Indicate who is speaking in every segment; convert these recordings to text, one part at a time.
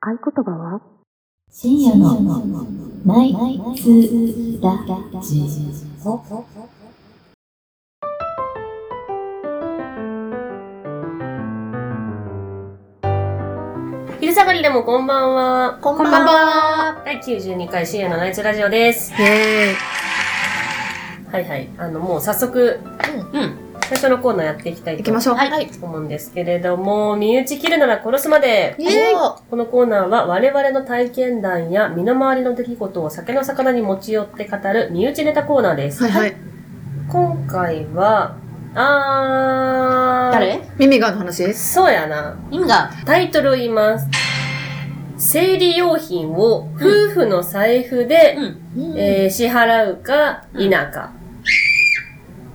Speaker 1: 合言葉は
Speaker 2: 深夜のナイツラジオ。
Speaker 3: 昼下がりでもこんばんは。
Speaker 2: こんばんは。
Speaker 3: 第92回深夜のナイツラジオです。
Speaker 2: イェーイ。
Speaker 3: はいはい。あの、もう早速、うん。最初のコーナーやっていきたい
Speaker 2: 行きま
Speaker 3: と
Speaker 2: しょう。。
Speaker 1: はい
Speaker 3: 思うんですけれども、身内切るなら殺すまで。
Speaker 2: イェーイ。
Speaker 3: このコーナーは我々の体験談や身の回りの出来事を酒の魚に持ち寄って語る身内ネタコーナーです。
Speaker 2: はいはい。
Speaker 3: 今回は、あー。
Speaker 1: 誰
Speaker 2: 耳がの話です。
Speaker 3: そうやな。
Speaker 1: 意味が
Speaker 3: タイトルを言います。生理用品を夫婦の財布で、
Speaker 1: ん。
Speaker 3: えー支払うか否か。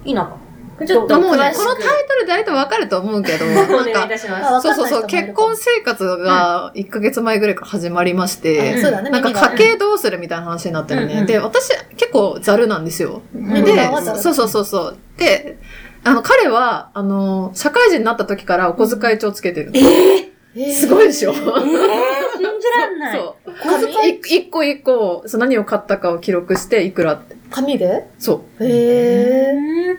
Speaker 1: いいな。
Speaker 3: これちょっと
Speaker 2: もうね
Speaker 3: 詳、し
Speaker 2: この
Speaker 3: く
Speaker 2: タイトルであれとわかると思うけど、
Speaker 3: お
Speaker 2: なん
Speaker 3: 願いい
Speaker 2: か、
Speaker 3: たします。
Speaker 2: そうそうそう、結婚生活が1ヶ月前ぐらいから始まりまして、
Speaker 3: うん
Speaker 4: そうだね。
Speaker 2: なんか
Speaker 4: 耳が
Speaker 2: 家計どうするみたいな話になったよね。
Speaker 3: うんうん
Speaker 2: で、私結構ザルなんですよ。
Speaker 3: ん
Speaker 2: で
Speaker 4: うん、
Speaker 2: そうそうそうそう。で、あの、彼は、あの、社会人になった時からお小遣い帳つけてるの。すごいでしょ、
Speaker 1: えー、信じらんない。
Speaker 2: そう。い一個一個、そう何を買ったかを記録して、いくらって。
Speaker 4: 紙で
Speaker 2: そ
Speaker 4: へえ。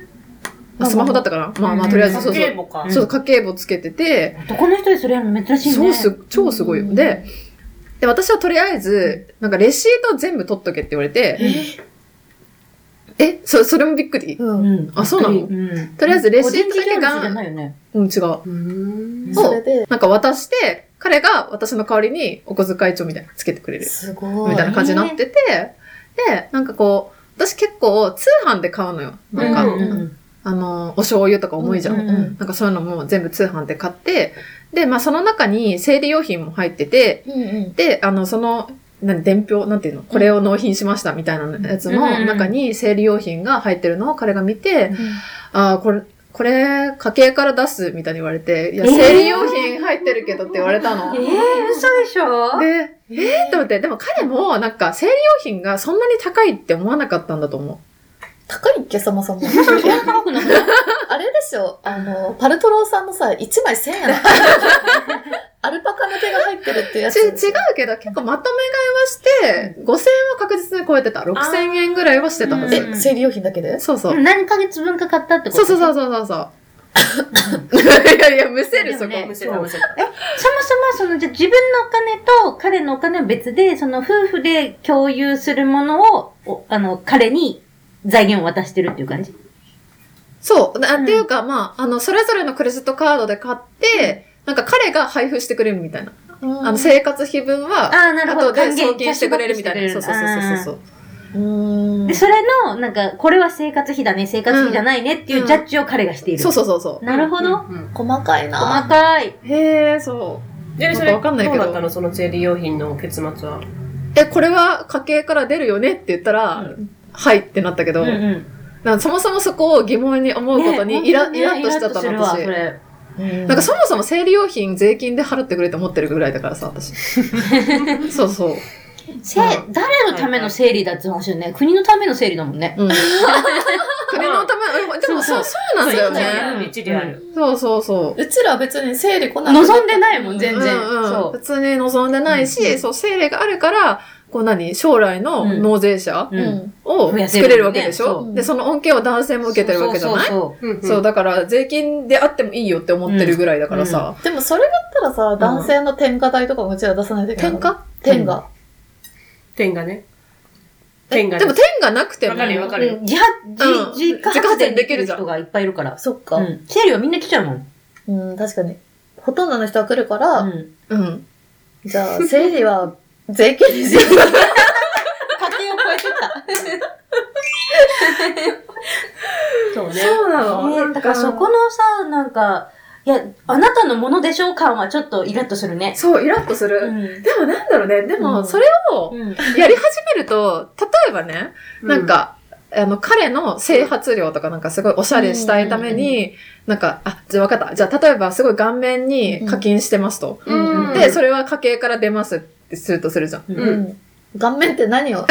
Speaker 2: う。スマホだったかなまあまあ、とりあえず、そうそう。
Speaker 3: か
Speaker 2: そう、家計簿つけてて、
Speaker 1: 男の人でそれやるの珍しいね。
Speaker 2: そうす、超すごいよ。で、で、私はとりあえず、なんかレシート全部取っとけって言われて、え、そ、それもびっくり。
Speaker 4: う。
Speaker 1: うんん。
Speaker 2: あそうな
Speaker 1: う
Speaker 2: の
Speaker 1: ん。
Speaker 2: とりあえずレシ
Speaker 1: 個
Speaker 2: ー
Speaker 1: 人
Speaker 2: トだ
Speaker 1: 的
Speaker 2: け
Speaker 1: なのじゃ
Speaker 2: が、
Speaker 1: ないよね。
Speaker 2: うん、違う。
Speaker 3: うん
Speaker 2: そう
Speaker 4: それで、
Speaker 2: なんか渡して、彼が私の代わりにお小遣い帳みたいなのつけてくれる。
Speaker 4: すごい。
Speaker 2: みたいな感じになってて、で、なんかこう、私結構通販で買うのよ。なんか、
Speaker 3: うん
Speaker 4: うん
Speaker 2: あの、お醤油とか重いじゃん。
Speaker 4: うんうん
Speaker 2: なんかそういうのも全部通販で買って、で、まあその中に生理用品も入ってて、
Speaker 4: うんうん。
Speaker 2: で、あの、その、何、伝票、なんていうの、これを納品しましたみたいなやつ
Speaker 3: うんうんう
Speaker 2: の
Speaker 3: ん
Speaker 2: 中に生理用品が入ってるのを彼が見て、
Speaker 4: ん
Speaker 2: ああ、これ、これ、家計から出すみたいに言われて、いや、
Speaker 3: えー
Speaker 2: 生理用品入ってるけどって言われたの。
Speaker 1: えー、嘘でしょ
Speaker 2: で、えー、と思って、でも彼もなんか生理用品がそんなに高いって思わなかったんだと思
Speaker 4: 高いっけ、そもそも。
Speaker 1: そんな高くない。
Speaker 4: あれでしょ、あの、パルトローさんのさ、1枚1000円のアルパカの毛が入ってるって
Speaker 2: う。
Speaker 4: や
Speaker 2: ち
Speaker 4: つ。
Speaker 2: 違うけど、結構まとめ買いはして、5000円は確実に超えてた。6000円ぐらいはしてたは
Speaker 3: う
Speaker 2: ず。
Speaker 3: ん
Speaker 4: え、生理用品だけで
Speaker 2: そうそう。
Speaker 1: 何ヶ月分かかったってこ
Speaker 2: そう
Speaker 1: と。
Speaker 2: そうそううそうそう そう。いやいや、むせる、そこ。
Speaker 1: でもね
Speaker 3: せたむせた
Speaker 1: そもそも、その、じゃあ自分のお金と彼のお金は別で、その夫婦で共有するものを、おあの、彼に財源を渡してるっていう感じ。
Speaker 2: そう。な
Speaker 1: うん
Speaker 2: っていうか、まあ、あの、それぞれのクレジットカードで買って、なんか彼が配布してくれるみたいな。あの、生活費分は、
Speaker 1: ああ、なるほど。
Speaker 2: 後で
Speaker 1: 還元
Speaker 2: 送金してくれるみたいな。そうそうそうそう
Speaker 1: う。
Speaker 2: そう。
Speaker 4: うーん
Speaker 1: で、それの、なんか、これは生活費だね、生活費じゃないねっていうジャッジを彼がしている。
Speaker 2: そうそうそうそ
Speaker 1: なるほど。
Speaker 3: うん
Speaker 4: 細かい
Speaker 1: 細
Speaker 4: な。
Speaker 1: かい。
Speaker 2: う。へえ、そう。
Speaker 3: で、そ
Speaker 2: なん
Speaker 3: れ、
Speaker 2: かわかんないけど
Speaker 3: どうだったのその生理用品の結末は。
Speaker 2: え、これは家計から出るよねって言ったら、
Speaker 3: う
Speaker 2: はいってなったけど、
Speaker 1: うんうん
Speaker 2: なんかそもそもそこを疑問に思うことにイラ,、
Speaker 1: ね
Speaker 2: イラッとしちゃった
Speaker 1: イラ
Speaker 2: の、
Speaker 1: ッとす
Speaker 2: 私。
Speaker 1: るわそれ
Speaker 4: うん
Speaker 2: なんかそもそも生理用品税金で払ってくれって思ってるぐらいだからさ、私。そ うそう。
Speaker 1: せ誰のための整理だって話よね。国のための整理だもんね。
Speaker 2: うん。国のため、でもそう、そうなんだよね。
Speaker 3: ね。一理ある。
Speaker 2: そうそうそう。
Speaker 4: うちらは別に生理来ない。
Speaker 1: 望んでないもん、全然。
Speaker 2: うんうん
Speaker 1: そう。
Speaker 2: 普通に望んでないし、そう、生理があるから、こう何将来の納税者
Speaker 1: う。
Speaker 4: うんん。
Speaker 2: を
Speaker 1: 増やせ
Speaker 2: 作
Speaker 1: るよね
Speaker 2: れるわけでしょ、
Speaker 4: そう
Speaker 2: で、その恩恵を男性も受けてるわけじゃな
Speaker 1: そ
Speaker 2: い
Speaker 1: うそう
Speaker 3: うんうん
Speaker 2: そう、だから税金であってもいいよって思ってるぐらいだからさ。
Speaker 4: でもそれだったらさ、男性の添加代とかもうちら出さないといけない。
Speaker 2: 天下
Speaker 4: 添加。
Speaker 3: 天がね。天が
Speaker 2: でも
Speaker 3: ね。
Speaker 2: 天がなくても。
Speaker 3: わかるよ、わかる
Speaker 1: そう
Speaker 3: よ。
Speaker 1: 自発、
Speaker 2: うん
Speaker 1: 自自家発電できる人がいっぱいいるから。
Speaker 4: そっか
Speaker 1: う。ん。整理はみんな来ちゃうもん。
Speaker 4: うん、確かに。ほとんどの人は来るから、
Speaker 1: うん。
Speaker 2: うん。
Speaker 4: じゃあ、生理は税金にしよ
Speaker 1: 家計を超えてた。
Speaker 3: そうね。
Speaker 2: うな
Speaker 1: ねだからそこのさ、なんか、いや、あなたのものでしょう感はちょっとイラッとするね。
Speaker 2: そう、イラッとする。
Speaker 1: ん。
Speaker 2: でもなんだろうね。で
Speaker 1: う
Speaker 2: も、
Speaker 1: ん
Speaker 2: それを
Speaker 1: うん。
Speaker 2: やり始めると、例えばね、なんか、あの、彼の整髪量とかなんかすごいおしゃれしたいために、なんか、あ、じゃあ分かった。じゃあ、例えばすごい顔面に課金してますと。
Speaker 3: うん、うん。
Speaker 2: で、それは家計から出ますってするとするじゃん。
Speaker 4: う。うん。顔面って何を
Speaker 2: な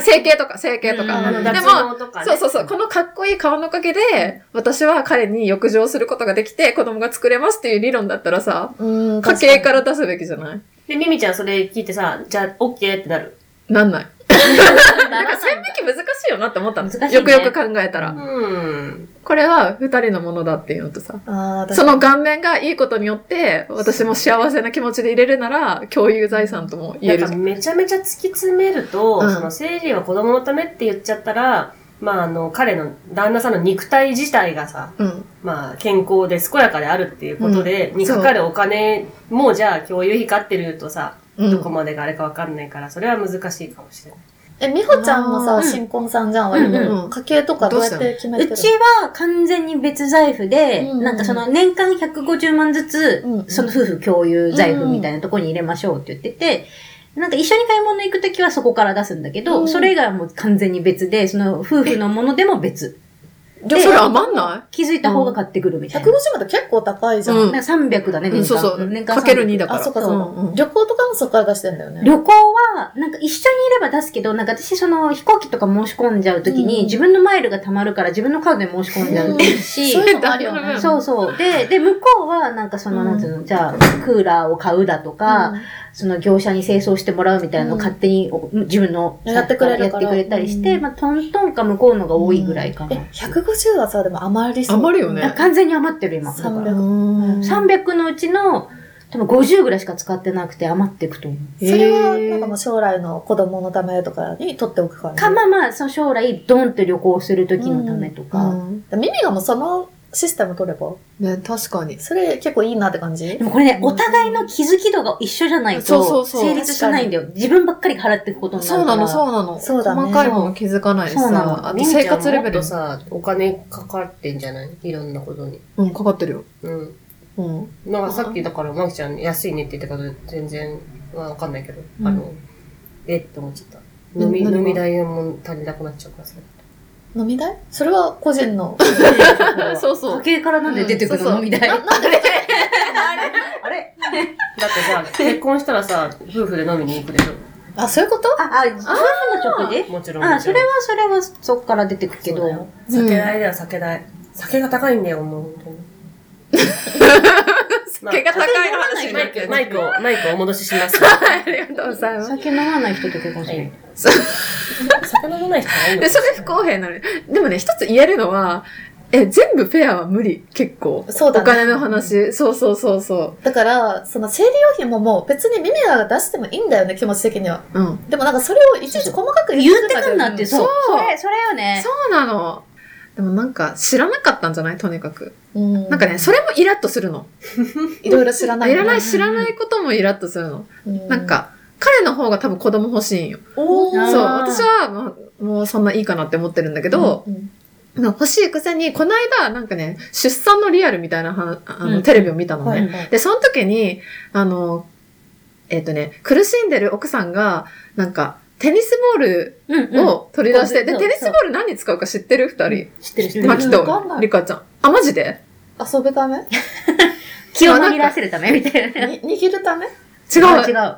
Speaker 2: 整形とか、整形と
Speaker 3: あ
Speaker 2: か。
Speaker 3: の、
Speaker 2: で
Speaker 3: 脱
Speaker 2: も
Speaker 3: 毛とかね。
Speaker 2: そうそうそう。このかっこいい顔のおかげで、私は彼に浴場することができて、子供が作れますっていう理論だったらさ、
Speaker 4: うん
Speaker 2: 家計から出すべきじゃない
Speaker 3: で、ミミちゃんそれ聞いてさ、じゃあ、オッケーってなる。
Speaker 2: なんない。
Speaker 4: ならないんだ
Speaker 2: さっき難しいよなって思ったの。
Speaker 1: 難しいね
Speaker 2: よくよく考えたら。
Speaker 3: うん。
Speaker 2: これは二人のものだっていうのとさ。
Speaker 4: あー
Speaker 2: その顔面がいいことによって、私も幸せな気持ちでいれるなら、共有財産とも言
Speaker 3: な
Speaker 2: え
Speaker 3: ん
Speaker 2: る
Speaker 3: か
Speaker 2: じゃん。
Speaker 3: めちゃめちゃ突き詰めると、
Speaker 2: うん
Speaker 3: その生理は子供のためって言っちゃったら、まああの、彼の旦那さんの肉体自体がさ、
Speaker 2: うん。
Speaker 3: まあ健康で健やかであるっていうことで、
Speaker 2: うん
Speaker 3: にかかるお金もじゃあ共有費かってるとさ、
Speaker 2: うん
Speaker 3: どこまでがあれかわかんないから、それは難しいかもしれない。
Speaker 4: え、美穂ちゃんも
Speaker 2: あ
Speaker 4: さ、
Speaker 2: ー
Speaker 4: 新婚さんじゃん、
Speaker 1: う
Speaker 4: 割
Speaker 1: ん
Speaker 4: と。
Speaker 2: うんうん
Speaker 4: 家計とかどうやって決めてる
Speaker 1: うちは完全に別財布で、
Speaker 4: うんうん
Speaker 1: なんかその年間150万ずつ、
Speaker 4: うんうん
Speaker 1: その夫婦共有財布みたいなとこに入れましょうって言ってて、なんか一緒に買い物行くときはそこから出すんだけど、
Speaker 4: うん
Speaker 1: それ以外はもう完全に別で、その夫婦のものでも別。
Speaker 2: でもそれ余んな
Speaker 1: 気づいた方が買ってくるみたい
Speaker 4: ?150
Speaker 1: な。
Speaker 4: まで結構高いじゃん。
Speaker 2: うん
Speaker 1: なんか300だね、
Speaker 2: い、う
Speaker 1: 年間。
Speaker 2: ん、そうそ
Speaker 1: 年
Speaker 2: う。
Speaker 1: 間
Speaker 2: かける2
Speaker 1: 300
Speaker 2: だから。
Speaker 4: あ、そうかそうか、
Speaker 2: んん
Speaker 4: 旅行とかもそこから出してんだよね。
Speaker 1: 旅行は、なんか一緒にいれば出すけど、なんか私その飛行機とか申し込んじゃうときに、
Speaker 4: うん
Speaker 1: 自分のマイルが溜まるから自分のカードで申し込んじゃうし、
Speaker 4: そういうのもあるよね。
Speaker 2: ん
Speaker 1: そうそう。で、で、向こうは、なんかその、
Speaker 4: うん
Speaker 1: なんていうの、じゃあ、クーラーを買うだとか、その業者に清掃してもらうみたいなのを
Speaker 4: うん
Speaker 1: 勝手にお、自分の、
Speaker 4: やってくれるから
Speaker 1: やってくれたりして、
Speaker 4: うん
Speaker 1: まあ、トントンか向こうのが多いぐらいか
Speaker 4: え
Speaker 1: な。、
Speaker 4: 150はさ、でも余りそう。
Speaker 2: 余るよ
Speaker 1: あ
Speaker 2: ね
Speaker 1: 完全に余ってる、今。だから
Speaker 4: 300
Speaker 2: うん
Speaker 1: 300のうちの、多分50ぐらいしか使ってなくて余っていくと思う。
Speaker 4: それは、
Speaker 2: へー
Speaker 4: なんかもう将来の子供のためとかに取っておく感じ。
Speaker 1: か、まあまあ、その将来、ドンって旅行するときのためとか。
Speaker 2: うん
Speaker 4: ミミがもうそのシステム取れば、
Speaker 2: ね、確かに。
Speaker 4: それ結構いいなって感じ
Speaker 1: でもこれね、
Speaker 2: うん
Speaker 1: お互いの気づき度が一緒じゃない
Speaker 2: そうそ
Speaker 1: と、
Speaker 2: うそう
Speaker 1: 成立しないんだよ。自分ばっかり払っていくことにな
Speaker 2: そ
Speaker 1: る
Speaker 2: う
Speaker 1: から。
Speaker 2: なの、そうなの。
Speaker 4: そうだね
Speaker 2: 細かいもの気づかないし
Speaker 1: そうなの
Speaker 2: さ、あと生活レベル
Speaker 3: と。さ、お金かかってんじゃないいろんなことに。
Speaker 2: うん、かかってるよ。
Speaker 3: うん。
Speaker 2: うん。
Speaker 3: なんかさっきだから、まきちゃん安いねって言ったけど、全然わかんないけど、あの、えって思っちゃった。飲み、
Speaker 2: 何が
Speaker 3: 飲み代も足りなくなっちゃうからさ。
Speaker 4: 飲み代それは個人の。
Speaker 2: そうそ
Speaker 1: 家。計からなんで出てくる
Speaker 2: うんそう
Speaker 1: の、
Speaker 2: そう
Speaker 1: みたいな。
Speaker 4: ななんで
Speaker 1: あれ
Speaker 3: だってさ、 結婚したらさ、夫婦で飲みに行くでし
Speaker 4: あ、そういうこと
Speaker 1: あ、あ、夫婦の食
Speaker 3: ょ
Speaker 1: 事
Speaker 3: もちろん。
Speaker 1: あ、それはそれはそっから出てくけ
Speaker 3: そうだ
Speaker 1: ど
Speaker 3: よ。酒代だよ、酒代。酒が高いんだよ、もう本当に。
Speaker 2: 毛が高い話にな
Speaker 3: マ
Speaker 2: っ
Speaker 3: イク、
Speaker 2: てる。
Speaker 3: マイクを、マイクをお戻しします。
Speaker 2: ありがとうございます。
Speaker 1: 酒飲まない人と結婚す
Speaker 3: は
Speaker 1: る。
Speaker 3: い酒飲まない人はいいの
Speaker 2: で、それ不公平なのよでもね、一つ言えるのは、え、全部フェアは無理、結構。
Speaker 4: そうだ
Speaker 2: お
Speaker 4: ね
Speaker 2: 金の話。そうそうそうそ
Speaker 4: だから、その生理用品ももう別にミミが出してもいいんだよね、気持ち的には。
Speaker 2: う。うん。
Speaker 4: でもなんかそれをいちいち細かく
Speaker 1: 言ってくんなって、
Speaker 2: そ
Speaker 1: そうう。それ、それよね。
Speaker 2: そうなの。でもなんか知らなかったんじゃないとにかく。
Speaker 4: うん
Speaker 2: なんかね、それもイラッとするの。
Speaker 4: いろいろ知らない。
Speaker 2: いらない、
Speaker 1: うん
Speaker 2: 知らないこともイラッとするの。
Speaker 4: う
Speaker 2: なん、か、彼の方が多分子供欲しいんよ。
Speaker 4: お
Speaker 1: あ
Speaker 4: ー
Speaker 1: ー
Speaker 2: そう、私はもう、もうそんないいかなって思ってるんだけど、
Speaker 4: うんうん
Speaker 2: なんか欲しいくせに、この間、なんかね、出産のリアルみたいなはあの、
Speaker 1: うん
Speaker 2: テレビを見たのね。
Speaker 4: はいはい
Speaker 2: で、その時に、あの、えっ、とね、苦しんでる奥さんが、なんか、テニスボール
Speaker 1: うんうん。
Speaker 2: を取り出し
Speaker 1: う
Speaker 2: て、
Speaker 1: ん
Speaker 2: で、
Speaker 1: そう
Speaker 2: テニスボール何に使うか知ってる二人。
Speaker 1: 知ってる知って
Speaker 4: ん
Speaker 1: る
Speaker 2: マ。キと
Speaker 4: わかんない
Speaker 2: リカちゃん。あ、マジで
Speaker 4: 遊ぶため
Speaker 1: 気を紛らわせるためみたいな。
Speaker 4: に握るため
Speaker 2: 違う。
Speaker 1: あ違う。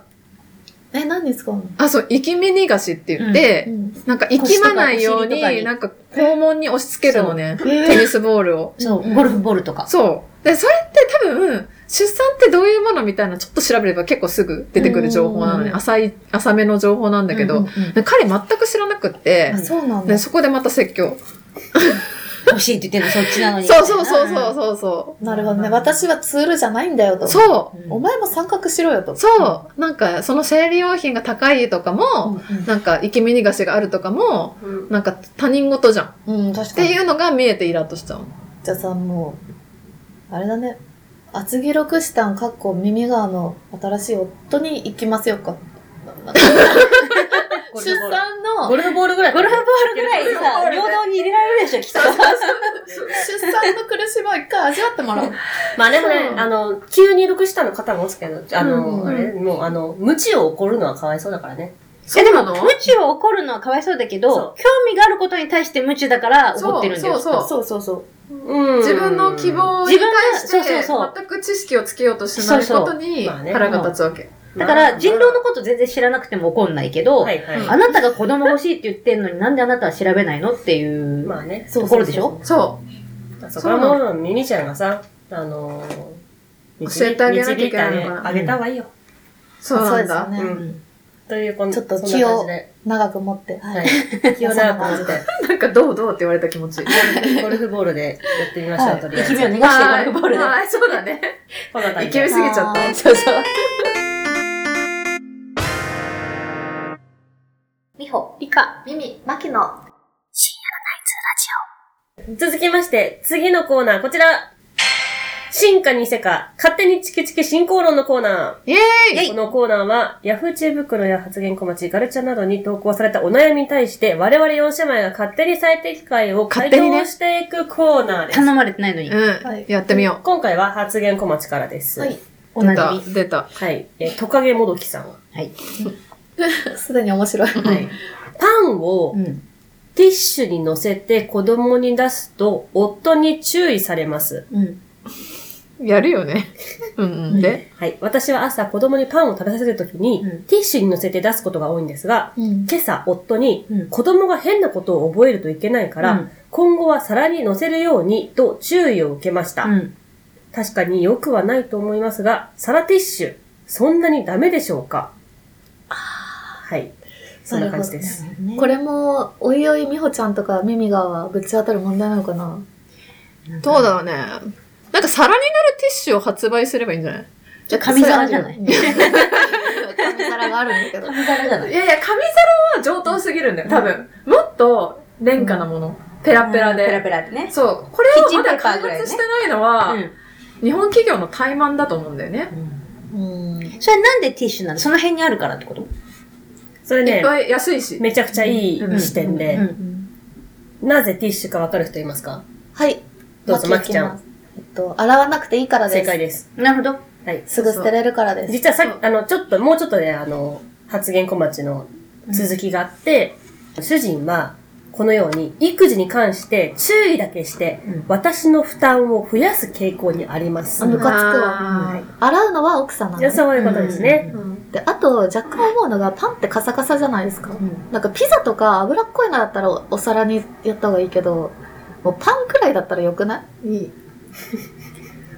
Speaker 4: え、何に使うの
Speaker 2: あ、そう、生き目逃がしって言って、なんか、生きまないよう
Speaker 1: 腰とかお尻とかに
Speaker 2: に、なんか、肛門に押し付けるのね。テ
Speaker 4: え
Speaker 2: ニスボールを。
Speaker 1: そう、ゴルフボールとか。
Speaker 2: そう。で、それって多分、出産ってどういうものみたいな、ちょっと調べれば結構すぐ出てくる情報なのね。
Speaker 4: うん
Speaker 2: 浅い、浅めの情報なんだけ
Speaker 1: う
Speaker 2: ど、
Speaker 1: ん
Speaker 2: で彼全く知らなくって
Speaker 4: あ、そうなんだ
Speaker 2: で、。そこでまた説教。
Speaker 1: 欲しいって言ってるの、そっちなのに。
Speaker 2: そうそうそうそうそうそ
Speaker 4: なるほどね。私はツールじゃないんだよ
Speaker 2: う。
Speaker 4: と。
Speaker 2: そう。
Speaker 1: うん。
Speaker 4: お前も参画しろよと。
Speaker 2: そう。なんか、その生理用品が高いとかも、なんか、生きみ逃がしがあるとかも、
Speaker 3: うん
Speaker 2: なんか、他人事じゃん。っ
Speaker 4: うん。うん、確か
Speaker 2: て
Speaker 4: に。
Speaker 2: いうのが見えてイラッとしちゃうの。
Speaker 4: じゃあさ、もう、あれだね。厚木六師団かっこ耳側の新しい夫に行きますよか。出産の
Speaker 3: ゴ、ルフボールぐらい。
Speaker 1: ゴルフボールぐらい
Speaker 2: ゴ
Speaker 1: さ、
Speaker 2: ルフボールで
Speaker 1: 平等に入れられるでしょ、きっと。
Speaker 4: 出産の苦しみを一回味わってもらおう。
Speaker 3: まあでもね
Speaker 2: そ、う
Speaker 3: あの、急に録したの方もおすけど、あ
Speaker 2: うん
Speaker 3: の、
Speaker 2: うん
Speaker 3: あれ、もうあの、無知を怒るのはかわいそうだからね。
Speaker 1: え、でも、
Speaker 2: そうな
Speaker 1: 無
Speaker 2: の
Speaker 1: 知を怒るのはかわいそうだけ
Speaker 3: そ
Speaker 1: ど
Speaker 3: う、
Speaker 1: 興味があることに対して無知だから怒ってるんだよ。
Speaker 2: そうそう
Speaker 4: そうそうそう。
Speaker 3: うん
Speaker 2: 自分の希望に
Speaker 1: 自分が
Speaker 2: 対して
Speaker 1: そうそうそう
Speaker 2: 全く知識をつけようとしないこと
Speaker 3: そう
Speaker 2: に
Speaker 3: そうまあね
Speaker 2: 腹が立つわけ。
Speaker 1: だから、人狼のこと全然知らなくても怒んないけど、
Speaker 3: はいはい。
Speaker 1: あなたが子供欲しいって言ってんのになんであなたは調べないのっていう。
Speaker 3: まあね。
Speaker 1: ところでしょ
Speaker 2: そ
Speaker 3: そこはもう、ミミちゃんがさ、あのー、
Speaker 2: 教えてあげなきゃいけないのか
Speaker 3: 導
Speaker 2: な
Speaker 3: てあげあげた方がいいよ。
Speaker 2: う。そうなん
Speaker 4: そう
Speaker 2: だ。
Speaker 4: です
Speaker 3: う
Speaker 4: よね。
Speaker 3: ん。という、こん
Speaker 4: ちょっと
Speaker 3: そんな感じで。
Speaker 4: 長く持って。
Speaker 3: は。
Speaker 4: はい
Speaker 3: 気を長く感じて。
Speaker 2: なんか、どうどうって言われた気持ち。
Speaker 3: ゴルフボールでやってみましょう、とりあえず。
Speaker 1: 君を逃がして
Speaker 2: は
Speaker 1: ゴルフボールで。
Speaker 2: い、そうだね。
Speaker 3: こんな感じで
Speaker 2: 勢いすぎちゃっ
Speaker 4: は
Speaker 2: た。
Speaker 4: い
Speaker 2: そうそう。
Speaker 5: みほ、りか、みみ、まきの。
Speaker 3: 続きまして、次のコーナー、こちら。進化にせか、勝手にチキチキ進行論のコーナ
Speaker 2: イェー
Speaker 3: ー。このコーナーは、ヤフー知恵袋や発言小町、ガルチャなどに投稿されたお悩みに対して、我々4姉妹が勝手に最適解を回
Speaker 2: 勝手にね
Speaker 3: 答していくコーナーです。
Speaker 1: 頼まれてないのに。
Speaker 2: イうん。やってみよ
Speaker 3: 今回は発言小町からです。
Speaker 4: はい
Speaker 1: お
Speaker 2: う。出
Speaker 1: な
Speaker 2: た
Speaker 1: じみ。。
Speaker 2: 出た。
Speaker 3: はい。えートカゲもどきさん。
Speaker 1: はい。
Speaker 4: すでに面白い。
Speaker 3: はい。パンを
Speaker 1: うん。
Speaker 3: ティッシュに乗せて子供に出すと、夫に注意されます。
Speaker 1: うん。
Speaker 2: やるよ ね。うんうん。で、
Speaker 3: はい。私は朝子供にパンを食べさせるときに、
Speaker 1: うん
Speaker 3: ティッシュに乗せて出すことが多いんですが、
Speaker 4: うん。
Speaker 3: 今朝夫に、
Speaker 1: うん
Speaker 3: 子供が変なことを覚えるといけないから、
Speaker 1: うん
Speaker 3: 今後は皿に乗せるようにと注意を受けました。
Speaker 1: うん。
Speaker 3: 確かによくはないと思いますが、皿ティッシュ、そんなにダメでしょうかはい。そんな感じです。
Speaker 4: これも、おいおいみほちゃんとかミミガはぶち当たる問題なのかな
Speaker 2: どうだろうね。なんか皿になるティッシュを発売すればいいんじゃない
Speaker 1: じゃあ紙皿じゃない
Speaker 4: うん紙皿があるんだけど。
Speaker 1: 紙皿じゃないい
Speaker 2: やいや、紙皿は上等すぎるんだよ、多分。もっと廉価なもの。ペラペラ
Speaker 1: ペラ
Speaker 2: で。
Speaker 1: ペラでね。
Speaker 2: そう。これを
Speaker 1: キッチ
Speaker 2: ま
Speaker 1: ンペ
Speaker 2: だ
Speaker 1: ーパー
Speaker 2: 開
Speaker 1: ぐらいね
Speaker 2: 発してないのは、
Speaker 1: う
Speaker 2: 日本企業の怠慢だと思うんだよね。
Speaker 1: ん。
Speaker 4: うん。
Speaker 1: それなんでティッシュなのその辺にあるからってこと
Speaker 3: それ
Speaker 2: いっ
Speaker 3: ね、
Speaker 2: ぱい安いし。
Speaker 3: めちゃくちゃいい視点で、
Speaker 1: うん
Speaker 4: うん
Speaker 3: なぜティッシュかわかる人いますか
Speaker 4: はい。
Speaker 3: どうぞ、まきちゃ
Speaker 4: ま
Speaker 3: ん
Speaker 4: き。ます。えっと、洗わなくていいからです。
Speaker 3: 正解です。
Speaker 1: なるほど。
Speaker 3: はい。
Speaker 4: すぐ捨てれるからです。
Speaker 3: 実はさっき、あの、ちょっと、もうちょっとね、あの、発言小町の続きがあって、主人は、このように、育児に関して注意だけして、
Speaker 1: うん
Speaker 3: 私の負担を増やす傾向にあります。
Speaker 4: あムカつくわ
Speaker 2: あー
Speaker 4: 洗うのは奥さんなの
Speaker 3: いや
Speaker 4: ね。
Speaker 3: そういうことですね。
Speaker 2: うん
Speaker 4: で、あと、若干思うのが、パンってカサカサじゃないですか
Speaker 1: う。ん。
Speaker 4: なんか、ピザとか脂っこいのだったらおお皿にやった方がいいけど、もうパンくらいだったらよくない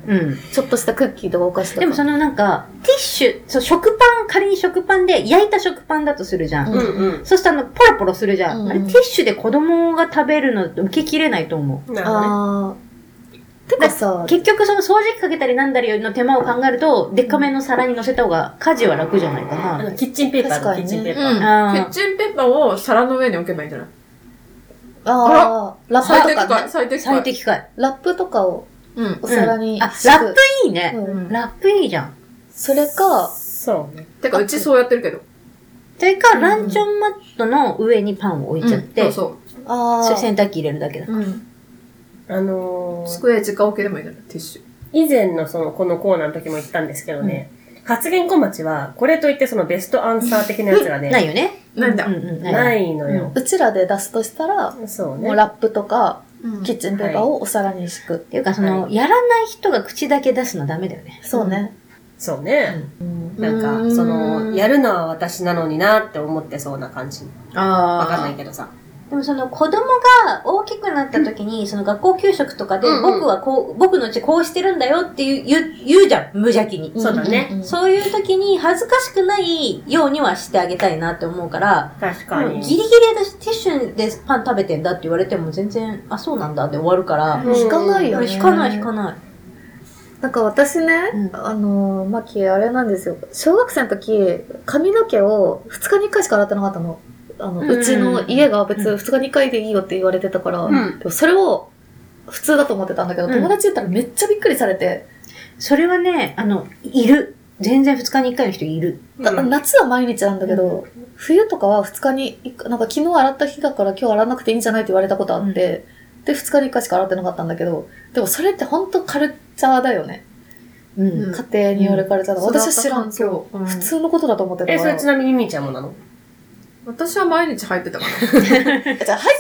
Speaker 1: うん。
Speaker 4: ちょっとしたクッキーとかお菓子とか。
Speaker 1: でもそのなんか、ティッシュ、そう、食パン、仮に食パンで焼いた食パンだとするじゃん。
Speaker 4: うん
Speaker 3: うん
Speaker 1: そしたらあのポロポロするじゃん。
Speaker 4: うん
Speaker 1: あれティッシュで子供が食べるのって受けきれないと思う。
Speaker 3: うん。なるほどね。
Speaker 4: あー。てかさ、
Speaker 1: 結局その掃除機かけたりなんだりの手間を考えると、デカめの皿に乗せた方が家事は楽じゃないか
Speaker 3: あ
Speaker 1: な
Speaker 3: の、。キッチンペーパー
Speaker 4: 確
Speaker 3: の
Speaker 4: か
Speaker 3: キ
Speaker 4: に
Speaker 3: ッチン
Speaker 4: ね
Speaker 3: ペー
Speaker 2: キ
Speaker 3: パー。
Speaker 1: あー
Speaker 2: ッチンペーパーを皿の上に置けばいいんじゃない
Speaker 4: あー、ラッ
Speaker 2: 最
Speaker 4: プと
Speaker 2: 適
Speaker 4: か
Speaker 2: 解、
Speaker 4: ね。
Speaker 2: 最適
Speaker 1: 最
Speaker 2: 解。
Speaker 1: 適解。
Speaker 4: ラップとかを
Speaker 2: うん。
Speaker 4: お皿に、
Speaker 1: うんあ
Speaker 4: 敷く
Speaker 1: ラッいいね。
Speaker 4: うん
Speaker 2: うん
Speaker 1: ラップいいじゃん。
Speaker 4: それか、
Speaker 3: そうね。
Speaker 2: てか、うちそうやってるけど。
Speaker 1: それか、
Speaker 4: ん
Speaker 1: ランチョンマットの上にパンを置いちゃって、
Speaker 2: うんそう
Speaker 4: あ
Speaker 1: それ
Speaker 4: ー
Speaker 1: 洗濯機入れるだけだ。
Speaker 4: うん。
Speaker 3: あの
Speaker 2: そう。
Speaker 3: ー、
Speaker 2: 机直置きでもいいんじゃないティッシュ。
Speaker 3: 以前のその、このコーナーの時も言ったんですけどね、発言小町は、これといってそのベストアンサー的なやつがね、
Speaker 1: ないよね。
Speaker 2: なんだ
Speaker 1: うんうん。。
Speaker 3: ないいのよ。
Speaker 4: うちらで出すとしたら、
Speaker 3: そうね。
Speaker 4: もうラップとか、キ
Speaker 2: う
Speaker 4: ッチンペーパーをお皿に敷く。
Speaker 1: っていうか、その、
Speaker 3: は
Speaker 1: やらない人が口だけ出すのダメだよね。
Speaker 4: そうね。
Speaker 3: そうね。
Speaker 4: うん
Speaker 3: なん
Speaker 2: う
Speaker 3: か、
Speaker 2: ん
Speaker 3: その、やるのは私なのになって思ってそうな感じ。
Speaker 2: ん。ああ。
Speaker 3: わかんないけどさ。
Speaker 1: でもその子供が大きくなった時に、その学校給食とかで、
Speaker 3: うんうん
Speaker 1: 僕はこう、僕のうちこうしてるんだよっていう言う言うじゃん、無邪気に。
Speaker 3: そうだね
Speaker 4: んんん
Speaker 1: そういう時に恥ずかしくないようにはしてあげたいなって思うから、
Speaker 3: 確か
Speaker 1: もうギ
Speaker 3: に。
Speaker 1: リギリ私ティッシュでパン食べてんだって言われても全然、あ、そうなんだで終わるから、
Speaker 4: 引かないよ
Speaker 1: 俺
Speaker 4: ね。
Speaker 1: 引かない引かない。
Speaker 4: なんか私ね、
Speaker 1: うん
Speaker 4: あのー、マキ、あれなんですよ。小学生の時、髪の毛を2日に1回しか洗ってなかったの。あの、
Speaker 1: う
Speaker 4: うんちの家が別2日に1回でいいよって言われてたから、
Speaker 3: うん
Speaker 4: でもそれを普通だと思ってたんだけど、
Speaker 1: うん
Speaker 4: 友達言ったらめっちゃびっくりされて、
Speaker 1: それはね、あの、いる。全然2日に1回の人いる。
Speaker 4: だ夏は毎日なんだけど、冬とかは2日に1回、なんか昨日洗った日だから今日洗わなくていいんじゃないって言われたことあって、で、2日に1回しか洗ってなかったんだけど、でもそれって本当カルチャーだよね。
Speaker 1: うん。
Speaker 2: うん
Speaker 4: 家庭によるカルチャーだ。私は知らん。
Speaker 2: 今日。うん
Speaker 4: 普通のことだと思ってた
Speaker 3: え、
Speaker 4: か
Speaker 3: そ
Speaker 4: ら。
Speaker 3: れちなみにみーちゃんもなの
Speaker 2: 私は毎日入ってたか
Speaker 4: じゃあ入っ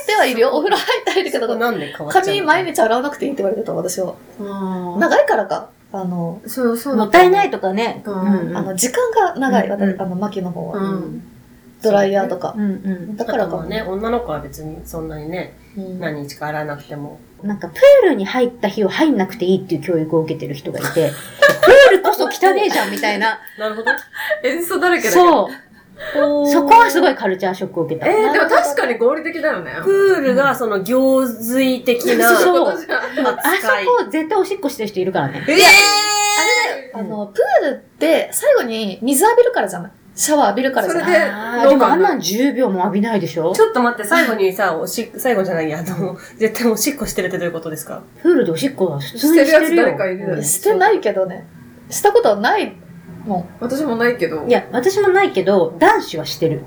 Speaker 4: てはいるよ。お風呂入ってはいるけ
Speaker 3: そこ
Speaker 4: ど、
Speaker 3: なんで変わっちゃうの
Speaker 4: 髪毎日洗わなくていいって言われてた、私は。
Speaker 2: な。
Speaker 4: 長いからか。あの、
Speaker 2: そうそう。
Speaker 1: もったいないとかね。
Speaker 2: うん
Speaker 1: うんうん
Speaker 4: あの時間が長い、
Speaker 1: うん
Speaker 4: 私あの、牧の方は。
Speaker 2: うん。
Speaker 4: ドライヤーとか。
Speaker 1: うんうん。
Speaker 3: だ
Speaker 4: だか
Speaker 3: からら
Speaker 4: か
Speaker 3: ま
Speaker 4: も
Speaker 3: あね、。女の子は別にそんなにね、
Speaker 4: うん
Speaker 3: 何日か洗わなくても。
Speaker 1: なんか、プールに入った日を入んなくていいっていう教育を受けてる人 がいて、プールこそ汚ねえじゃんみたいな。
Speaker 3: なるほど。
Speaker 2: 塩素だらけだけど。
Speaker 1: そう。そこはすごいカルチャーショックを受けた。
Speaker 2: えー、でも確かに合理的だよね。
Speaker 3: プールがその行水的な
Speaker 1: そう
Speaker 2: そういうことじゃん。
Speaker 1: あそ
Speaker 3: 扱い。
Speaker 1: こ絶対おしっこしてる人いるからね。
Speaker 2: え
Speaker 4: あの、プールって最後に水浴びるからじゃないシャワー浴びるからじゃ
Speaker 2: そ
Speaker 4: な
Speaker 2: れ
Speaker 4: い
Speaker 2: で
Speaker 1: あーでもあんなん10秒も浴びないでしょ
Speaker 3: ちょっと待って、最後にさ、おし、最後じゃないや、あの、絶対おしっこしてるってどういうことですか
Speaker 1: プールでおしっこは普通に
Speaker 2: してるやつ誰
Speaker 1: よ
Speaker 2: かいるよね。
Speaker 4: してないけどね。したことはないもん。
Speaker 2: 私もないけど。
Speaker 1: いや、私もないけど、男子はしてる。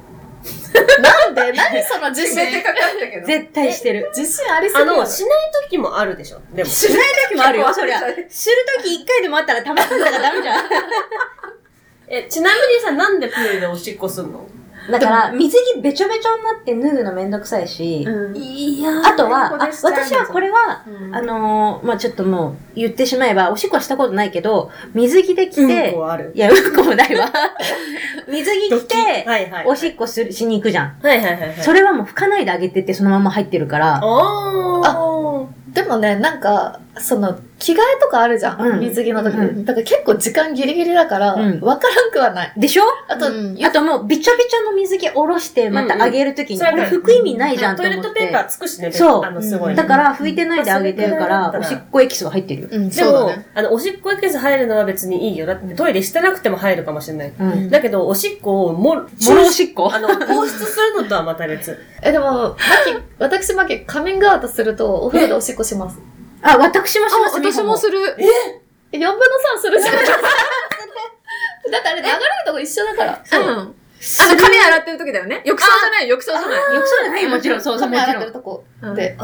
Speaker 4: なんで何その自
Speaker 2: 決
Speaker 4: 信
Speaker 2: めてかかったけど。
Speaker 1: 絶対してる。
Speaker 4: 自信ありすぎ
Speaker 3: あ
Speaker 4: る
Speaker 3: の、しない時もあるでしょ。でも。
Speaker 1: しない時もあるよ、
Speaker 2: 結構
Speaker 1: そ
Speaker 2: ある
Speaker 1: りゃ。する時一回でもあったら溜まってたからダメじ ゃん。
Speaker 3: え、ちなみにさ、なんでプールでおしっこすんの
Speaker 1: だから、水着べちょべちょになって脱ぐのめんどくさいし、
Speaker 2: うん
Speaker 4: いや
Speaker 1: あとは、
Speaker 2: こ
Speaker 1: あ
Speaker 2: こでしちゃうんだ
Speaker 1: 私はこれは、
Speaker 2: うん
Speaker 1: あのーまあ、ちょっともう言ってしまえば、おしっこはしたことないけど、水着で着て、
Speaker 3: うんこはある。
Speaker 1: いや、うんこもないわ。水着着
Speaker 3: ドキッ
Speaker 1: て、
Speaker 3: はいはい。
Speaker 1: おしっこするしに行くじゃん。
Speaker 3: はいはいはいはい。
Speaker 1: それはもう拭かないであげてってそのまま入ってるから、
Speaker 3: おー。
Speaker 4: でもね、なんか、その、着替えとかあるじゃん。
Speaker 1: うん
Speaker 4: 水着の時、
Speaker 1: う
Speaker 4: だから結構時間ギリギリだから、わ、
Speaker 1: うん
Speaker 4: からんくはない。
Speaker 1: でしょ
Speaker 4: あと、
Speaker 2: うん
Speaker 1: あともう、びちょびちょの水着下ろして、またあげるときに、
Speaker 3: うんうん
Speaker 1: これ拭く意味ないじゃんと
Speaker 3: トイレ
Speaker 1: 思
Speaker 3: ッ
Speaker 1: って。
Speaker 3: トペーパーつくしね、
Speaker 1: そう
Speaker 3: あの、すごい。
Speaker 1: だから、拭いてないであげてるから、おしっこエキスが入ってるよ。
Speaker 2: うん、
Speaker 3: で
Speaker 2: そう
Speaker 3: も
Speaker 2: だね。、
Speaker 3: あの、おしっこエキス入るのは別にいいよ。だってトイレしてなくても入るかもしれない。
Speaker 1: うん。
Speaker 3: だけど、おしっこをも、も
Speaker 1: もろおしっこ
Speaker 3: あの、放出するのとはまた 別。
Speaker 4: え、でも、マキ、 私マキ、カミングアウトすると、お風呂でおしっこします。
Speaker 1: あ、私もし
Speaker 2: あ
Speaker 1: ます、
Speaker 2: 私もする。
Speaker 4: え、4分の3す るじゃん。だってあれ流れるとこ一緒だから。
Speaker 2: うん。あの、髪洗ってる時だよね。浴槽じゃない、浴槽じゃない。
Speaker 1: よくそうじゃないもちろん、そうそう、も
Speaker 4: 髪
Speaker 1: ち
Speaker 4: 洗っ
Speaker 1: ろ
Speaker 4: てる
Speaker 1: ん。
Speaker 4: とこ
Speaker 2: うん
Speaker 4: で。
Speaker 3: あ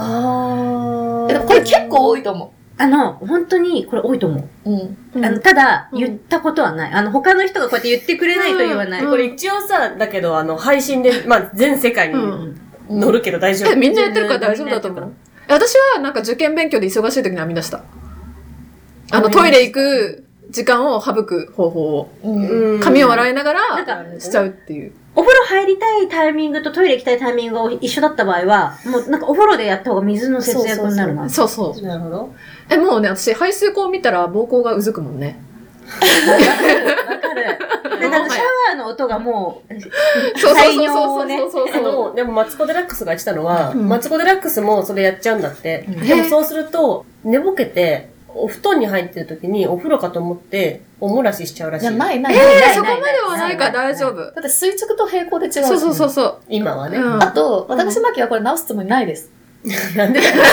Speaker 3: ー
Speaker 4: え、でもこれ結構多いと思
Speaker 1: あの、本当に、これ多いと思う。
Speaker 4: う。うん。
Speaker 2: うん
Speaker 1: あの、ただ、
Speaker 2: うん
Speaker 1: 言ったことはない。あの、他の人がこうやって言ってくれないと言わない。
Speaker 2: うん
Speaker 3: これ一応さ、だけど、あの、配信で、まあ、全世界に
Speaker 2: うん
Speaker 3: 乗るけど大丈
Speaker 2: え、
Speaker 3: 夫。
Speaker 2: みんなやってるから大丈夫だと思う。私はなんか受験勉強で忙しい時に編み出した。あの、トイレ行く時間を省く方法を。
Speaker 4: うん。
Speaker 2: 髪を洗いなが
Speaker 1: なん
Speaker 2: ら、
Speaker 1: か、
Speaker 2: しちゃうっていう。
Speaker 1: お風呂入りたいタイミングとトイレ行きたいタイミングが一緒だった場合は、もうなんかお風呂でやった方が水の節約になるな。
Speaker 2: そうそう。
Speaker 3: なるほど。
Speaker 2: え、もうね、私、排水口見たら膀胱がうずくもんね。
Speaker 1: わかる。 で、なんかシャワーの音がもう、
Speaker 2: そうそう
Speaker 1: 採用をね
Speaker 2: そうそうそう
Speaker 3: あ
Speaker 2: そう。
Speaker 3: の、でも、マツコ・デラックスが言ってたのは、
Speaker 2: うん
Speaker 3: マツコ・デラックスもそれやっちゃうんだって。
Speaker 1: うん
Speaker 3: でも、そうすると、寝ぼけて、お布団に入ってる時にお風呂かと思って、お漏らししちゃうらしい
Speaker 4: いや、。ないない。
Speaker 2: え
Speaker 4: な
Speaker 2: ー、
Speaker 4: い
Speaker 2: そこ
Speaker 4: ない
Speaker 2: まではないから大丈夫。
Speaker 4: だって垂直と平行で違うし。
Speaker 2: そうそうそうそう。
Speaker 3: 今はね。
Speaker 2: うん
Speaker 4: あと、私マキはこれ直すつもりないです。
Speaker 3: なんでなんでだよ。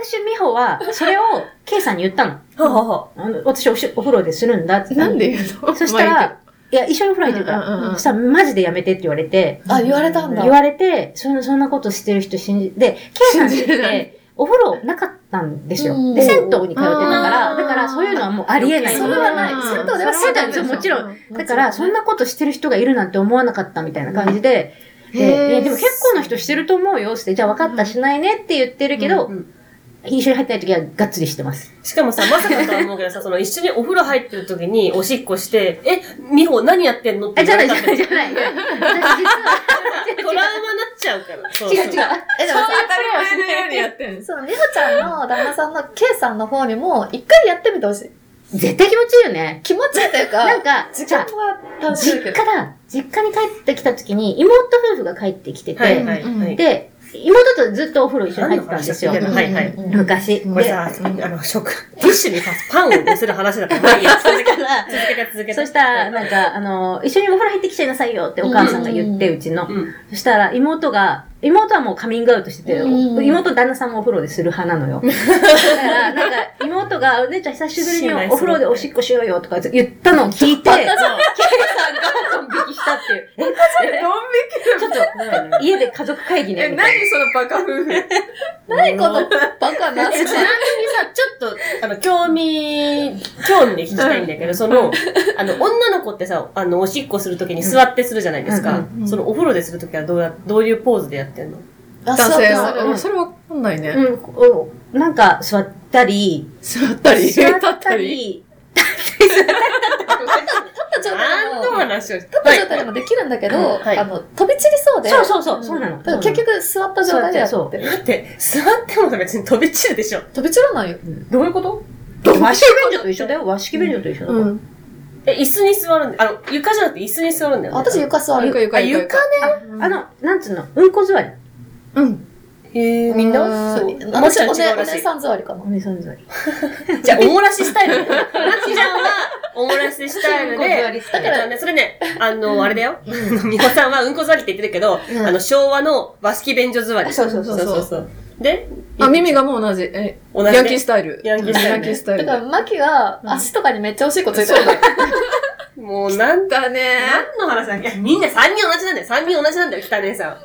Speaker 1: 私、美穂は、それを、ケイさんに言ったの。
Speaker 3: ははは
Speaker 1: あの私おし、お風呂でするんだって。
Speaker 2: なんで言うの
Speaker 1: そした
Speaker 2: まあいい
Speaker 1: ら、いや、一緒にお風呂入ってるか
Speaker 2: うんうんう
Speaker 1: ら、
Speaker 2: ん
Speaker 1: そしたら、マジでやめてって言われて、
Speaker 4: あ、言われたんだ。
Speaker 1: 言われて、そんそんなことしてる人信じ、で、ケイさんっ
Speaker 2: 信じれな
Speaker 1: て、お風呂なかったんですよ。
Speaker 4: うん
Speaker 1: で、銭湯に通ってたから、
Speaker 2: あー
Speaker 1: だからそういうのはもうありえない。
Speaker 2: け
Speaker 4: そ
Speaker 2: ど
Speaker 4: れはない。
Speaker 2: うん
Speaker 4: 銭湯では
Speaker 1: そうなんですよ、もちろん。だから、そんなことしてる人がいるなんて思わなかったみたいな感じで、
Speaker 2: うん
Speaker 1: で
Speaker 2: へー
Speaker 1: いやでも結構な人してると思うよって、じゃあ分かった、しないねって言ってるけど、
Speaker 3: うんうん
Speaker 1: 一緒に入ってない時はがっつりしてます。
Speaker 3: しかもさ、まさかとは思うけどさ、その一緒にお風呂入ってる時におしっこして、え、美穂何やってんのって
Speaker 1: あ、じゃ
Speaker 3: 言わ
Speaker 1: ない、
Speaker 3: れ
Speaker 1: じ
Speaker 3: た
Speaker 1: ゃない、じゃない。私実は、
Speaker 3: トラウマになっちゃうから。そう
Speaker 1: 違う違う。
Speaker 4: え、でもさ、
Speaker 2: 当たり前のようにやってるん
Speaker 4: その、美穂ちゃんの旦那さんの K さんの方にも、一回やってみてほしい。
Speaker 1: 絶対気持ちいいよね。
Speaker 4: 気持ちいいという
Speaker 1: なん
Speaker 4: か、
Speaker 1: か、
Speaker 4: 時
Speaker 1: じゃあ
Speaker 4: 間は楽しめ
Speaker 1: 実
Speaker 4: るけ
Speaker 1: 家
Speaker 4: ど。
Speaker 1: だ。実家に帰ってきた時に、妹夫婦が帰ってきてて、
Speaker 3: はいはいはい。
Speaker 1: で、妹とずっとお風呂一緒に入ってたんですよ
Speaker 3: 何。の話はいはい
Speaker 4: うんうんうん
Speaker 1: 昔。
Speaker 3: これ
Speaker 1: で、
Speaker 3: さ、あの、食、ティッシュにさ、パンを乗せる話だから、まあいいや続けて、
Speaker 1: だから
Speaker 3: 続けて、続けて。
Speaker 1: そしたら、なんか、あの、一緒にお風呂入ってきちゃいなさいよってお母さんが言って、うちの。
Speaker 3: うん。
Speaker 1: そしたら、妹が、妹はもうカミングアウトしてて、
Speaker 4: うん
Speaker 1: 妹旦那さんもお風呂でする派なの よ。だから、なんか、妹が、お姉ちゃん久しぶりにお風呂でおしっこしようよとか言ったのを聞いて、ケイさんがドン引きしたっていう。
Speaker 2: ドン
Speaker 1: ちょっと、家で家族会議
Speaker 2: 引きえ、
Speaker 1: ね。みたいな
Speaker 2: 何そのバカ夫婦。
Speaker 4: 何このバカな。
Speaker 3: えちなみにさ、ちょっと、あの、興味、興味で聞きたいんだけど、その、あの、女の子ってさ、あの、おしっこするときに座ってするじゃないです
Speaker 1: う
Speaker 3: か
Speaker 1: ん。
Speaker 2: うん
Speaker 3: その、お風呂でするときはどうや、どういうポーズでやってんの
Speaker 4: 男
Speaker 2: 男性
Speaker 1: そう
Speaker 2: は。
Speaker 1: うん
Speaker 2: それわかんないね。
Speaker 1: うんこう、なんか、座ったり、
Speaker 2: 座ったり、立
Speaker 1: 座
Speaker 2: っ
Speaker 1: ったた
Speaker 2: り。
Speaker 1: り、
Speaker 4: ちょっとでも
Speaker 3: 話をし
Speaker 4: 立った状態でもできるんだけど、
Speaker 3: はいはい
Speaker 4: あの、飛び散りそうで、
Speaker 1: そうそうそう、そうなの。
Speaker 4: だから結局座った状態でや
Speaker 1: そう
Speaker 4: っ
Speaker 1: そ
Speaker 4: て。
Speaker 3: だって、座っても別に飛び散るでしょ。
Speaker 4: 飛び散らないよ。
Speaker 1: どういうこと和式便所と一緒だよ。和式便所と一緒だから。
Speaker 2: ん。
Speaker 3: え、椅子に座るんだあの、床じゃなくて椅子に座るんだよね。
Speaker 4: 私床座る。
Speaker 2: 床床
Speaker 3: あ床ね。
Speaker 2: うん
Speaker 1: あ、の、なんつうの、うんこ座り。
Speaker 2: うん。
Speaker 3: へえ、みんな
Speaker 4: そ
Speaker 3: そうう。
Speaker 4: あ
Speaker 3: も
Speaker 4: の
Speaker 3: ちろん
Speaker 4: お
Speaker 3: 違
Speaker 4: ね
Speaker 3: う
Speaker 4: お
Speaker 3: らし
Speaker 4: 姉
Speaker 3: い。
Speaker 4: さん座りかな。
Speaker 1: お姉さん座り。
Speaker 3: じゃあ、おもらしスタイル。なちちゃんは、おもらしスタイル で、だからね、それね、あの、あれだよ。みほさんはうんこ座りって言ってるけど、
Speaker 4: ん
Speaker 3: あの、昭和の和式便所座り。
Speaker 1: そうそうそう
Speaker 2: そう
Speaker 3: そう。で、
Speaker 2: あ、耳がもう同じ。え、
Speaker 3: 同じね
Speaker 2: ヤンキースタイル。
Speaker 3: ヤンキースタイル
Speaker 2: ヤンキースタイ
Speaker 4: だ
Speaker 2: ル。
Speaker 4: から、マキは足とかにめっちゃおしっこついて
Speaker 2: そう
Speaker 4: る。
Speaker 2: だよ。
Speaker 3: もう、なん、
Speaker 2: だね。
Speaker 3: 何の話だっけみんな三人同じなんだよ。三人同じなんだよ、北姉さん。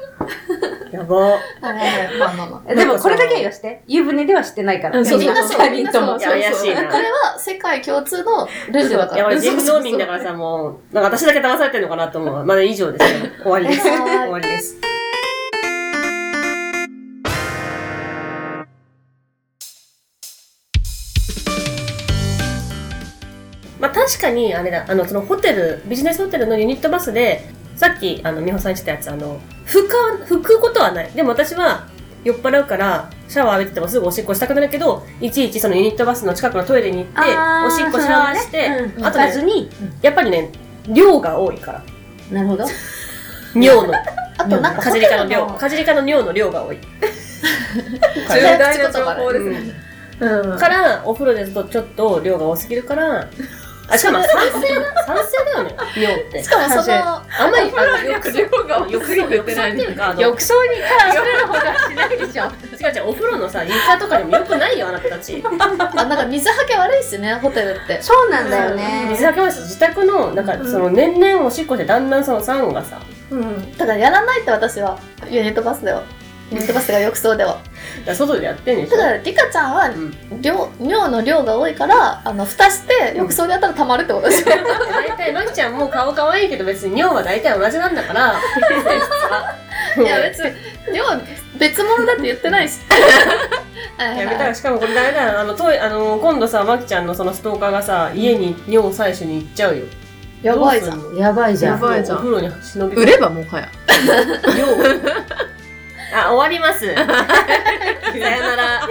Speaker 3: やば。
Speaker 4: まあまあまあま
Speaker 1: でもこれだけは言わして。湯船では知ってないか
Speaker 2: う
Speaker 1: ら。
Speaker 2: んそうそう
Speaker 1: みんなそう
Speaker 4: み
Speaker 1: 二
Speaker 4: んな
Speaker 1: 人
Speaker 4: そう
Speaker 1: とも
Speaker 3: い。や、怪しい
Speaker 4: あ。こ
Speaker 3: な。
Speaker 4: れは世界共通のルールだか
Speaker 3: いや、
Speaker 4: ら。
Speaker 3: 俺、人道民だからさ、もう、なんか私だけ騙されてるのかなと思う。まだ以上ですよ。終わりです。
Speaker 4: はい
Speaker 3: 終わりです。まあ確かに、あれだ、あの、そのホテル、ビジネスホテルのユニットバスで、さっき、あの、美穂さん言ってたやつ、あの、拭か、拭くことはない。でも私は、酔っ払うから、シャワー浴びててもすぐおしっこしたくなるけど、いちいちそのユニットバスの近くのトイレに行って、
Speaker 1: あー
Speaker 3: おしっこシャワーして、
Speaker 1: そうねうん
Speaker 3: あとね
Speaker 1: 行かずに。
Speaker 3: やっぱりね、量が多いから。
Speaker 1: なるほ ど。
Speaker 3: 尿 の。
Speaker 4: あとなんか
Speaker 3: か
Speaker 4: ホ
Speaker 3: じ
Speaker 4: テ
Speaker 3: りかの
Speaker 4: ル
Speaker 3: 量。
Speaker 4: の、
Speaker 3: かじりかの尿の量が多い。
Speaker 2: 重大な情報
Speaker 4: そう
Speaker 2: ですね。うん
Speaker 3: から、お風呂でとちょっと量が多すぎる から、あ、しかも酸性だ、酸性だよね、尿って
Speaker 4: し。かもその、
Speaker 3: あんまり、あの、よく、
Speaker 2: 情報が
Speaker 3: よく、よく、よく、っていうか、あの、違う違う、
Speaker 1: 槽にからそれの方がしないでしょ。
Speaker 3: お風呂のさ、床とかでもよくないよ、あなたたち。
Speaker 4: あなんか水はけ悪いしねホテルって
Speaker 1: そうなんだよね
Speaker 3: 水。はけました。自宅の、なんか、その、年々おしっこして、だんだんその酸がさ、
Speaker 2: うん。
Speaker 4: だからやらないって私はユニットバスではユニットバスが浴槽では
Speaker 3: だから外でやってんでし
Speaker 4: だ
Speaker 3: ょ
Speaker 4: か。らリカちゃんは
Speaker 3: うん
Speaker 4: 量尿の量が多いからあの蓋して浴槽でやったら溜まるってことですよ、
Speaker 3: 大体、まきちゃんも顔可愛いけど、別に尿は大体同じなんだから、
Speaker 4: いや別に尿別物だって言ってな いしはいはい
Speaker 3: やめたらしかもこれダメだよあのトイあの今度さまきちゃんのそのストーカーがさ家に尿採取に行っちゃうよ
Speaker 4: やばいじゃん
Speaker 3: どうす
Speaker 1: やばいじゃ
Speaker 3: るの
Speaker 2: や
Speaker 1: ん。
Speaker 2: ばいじゃん
Speaker 3: お風呂に忍び込む
Speaker 2: 売ればもはや。
Speaker 3: 尿あ終わりますさよなら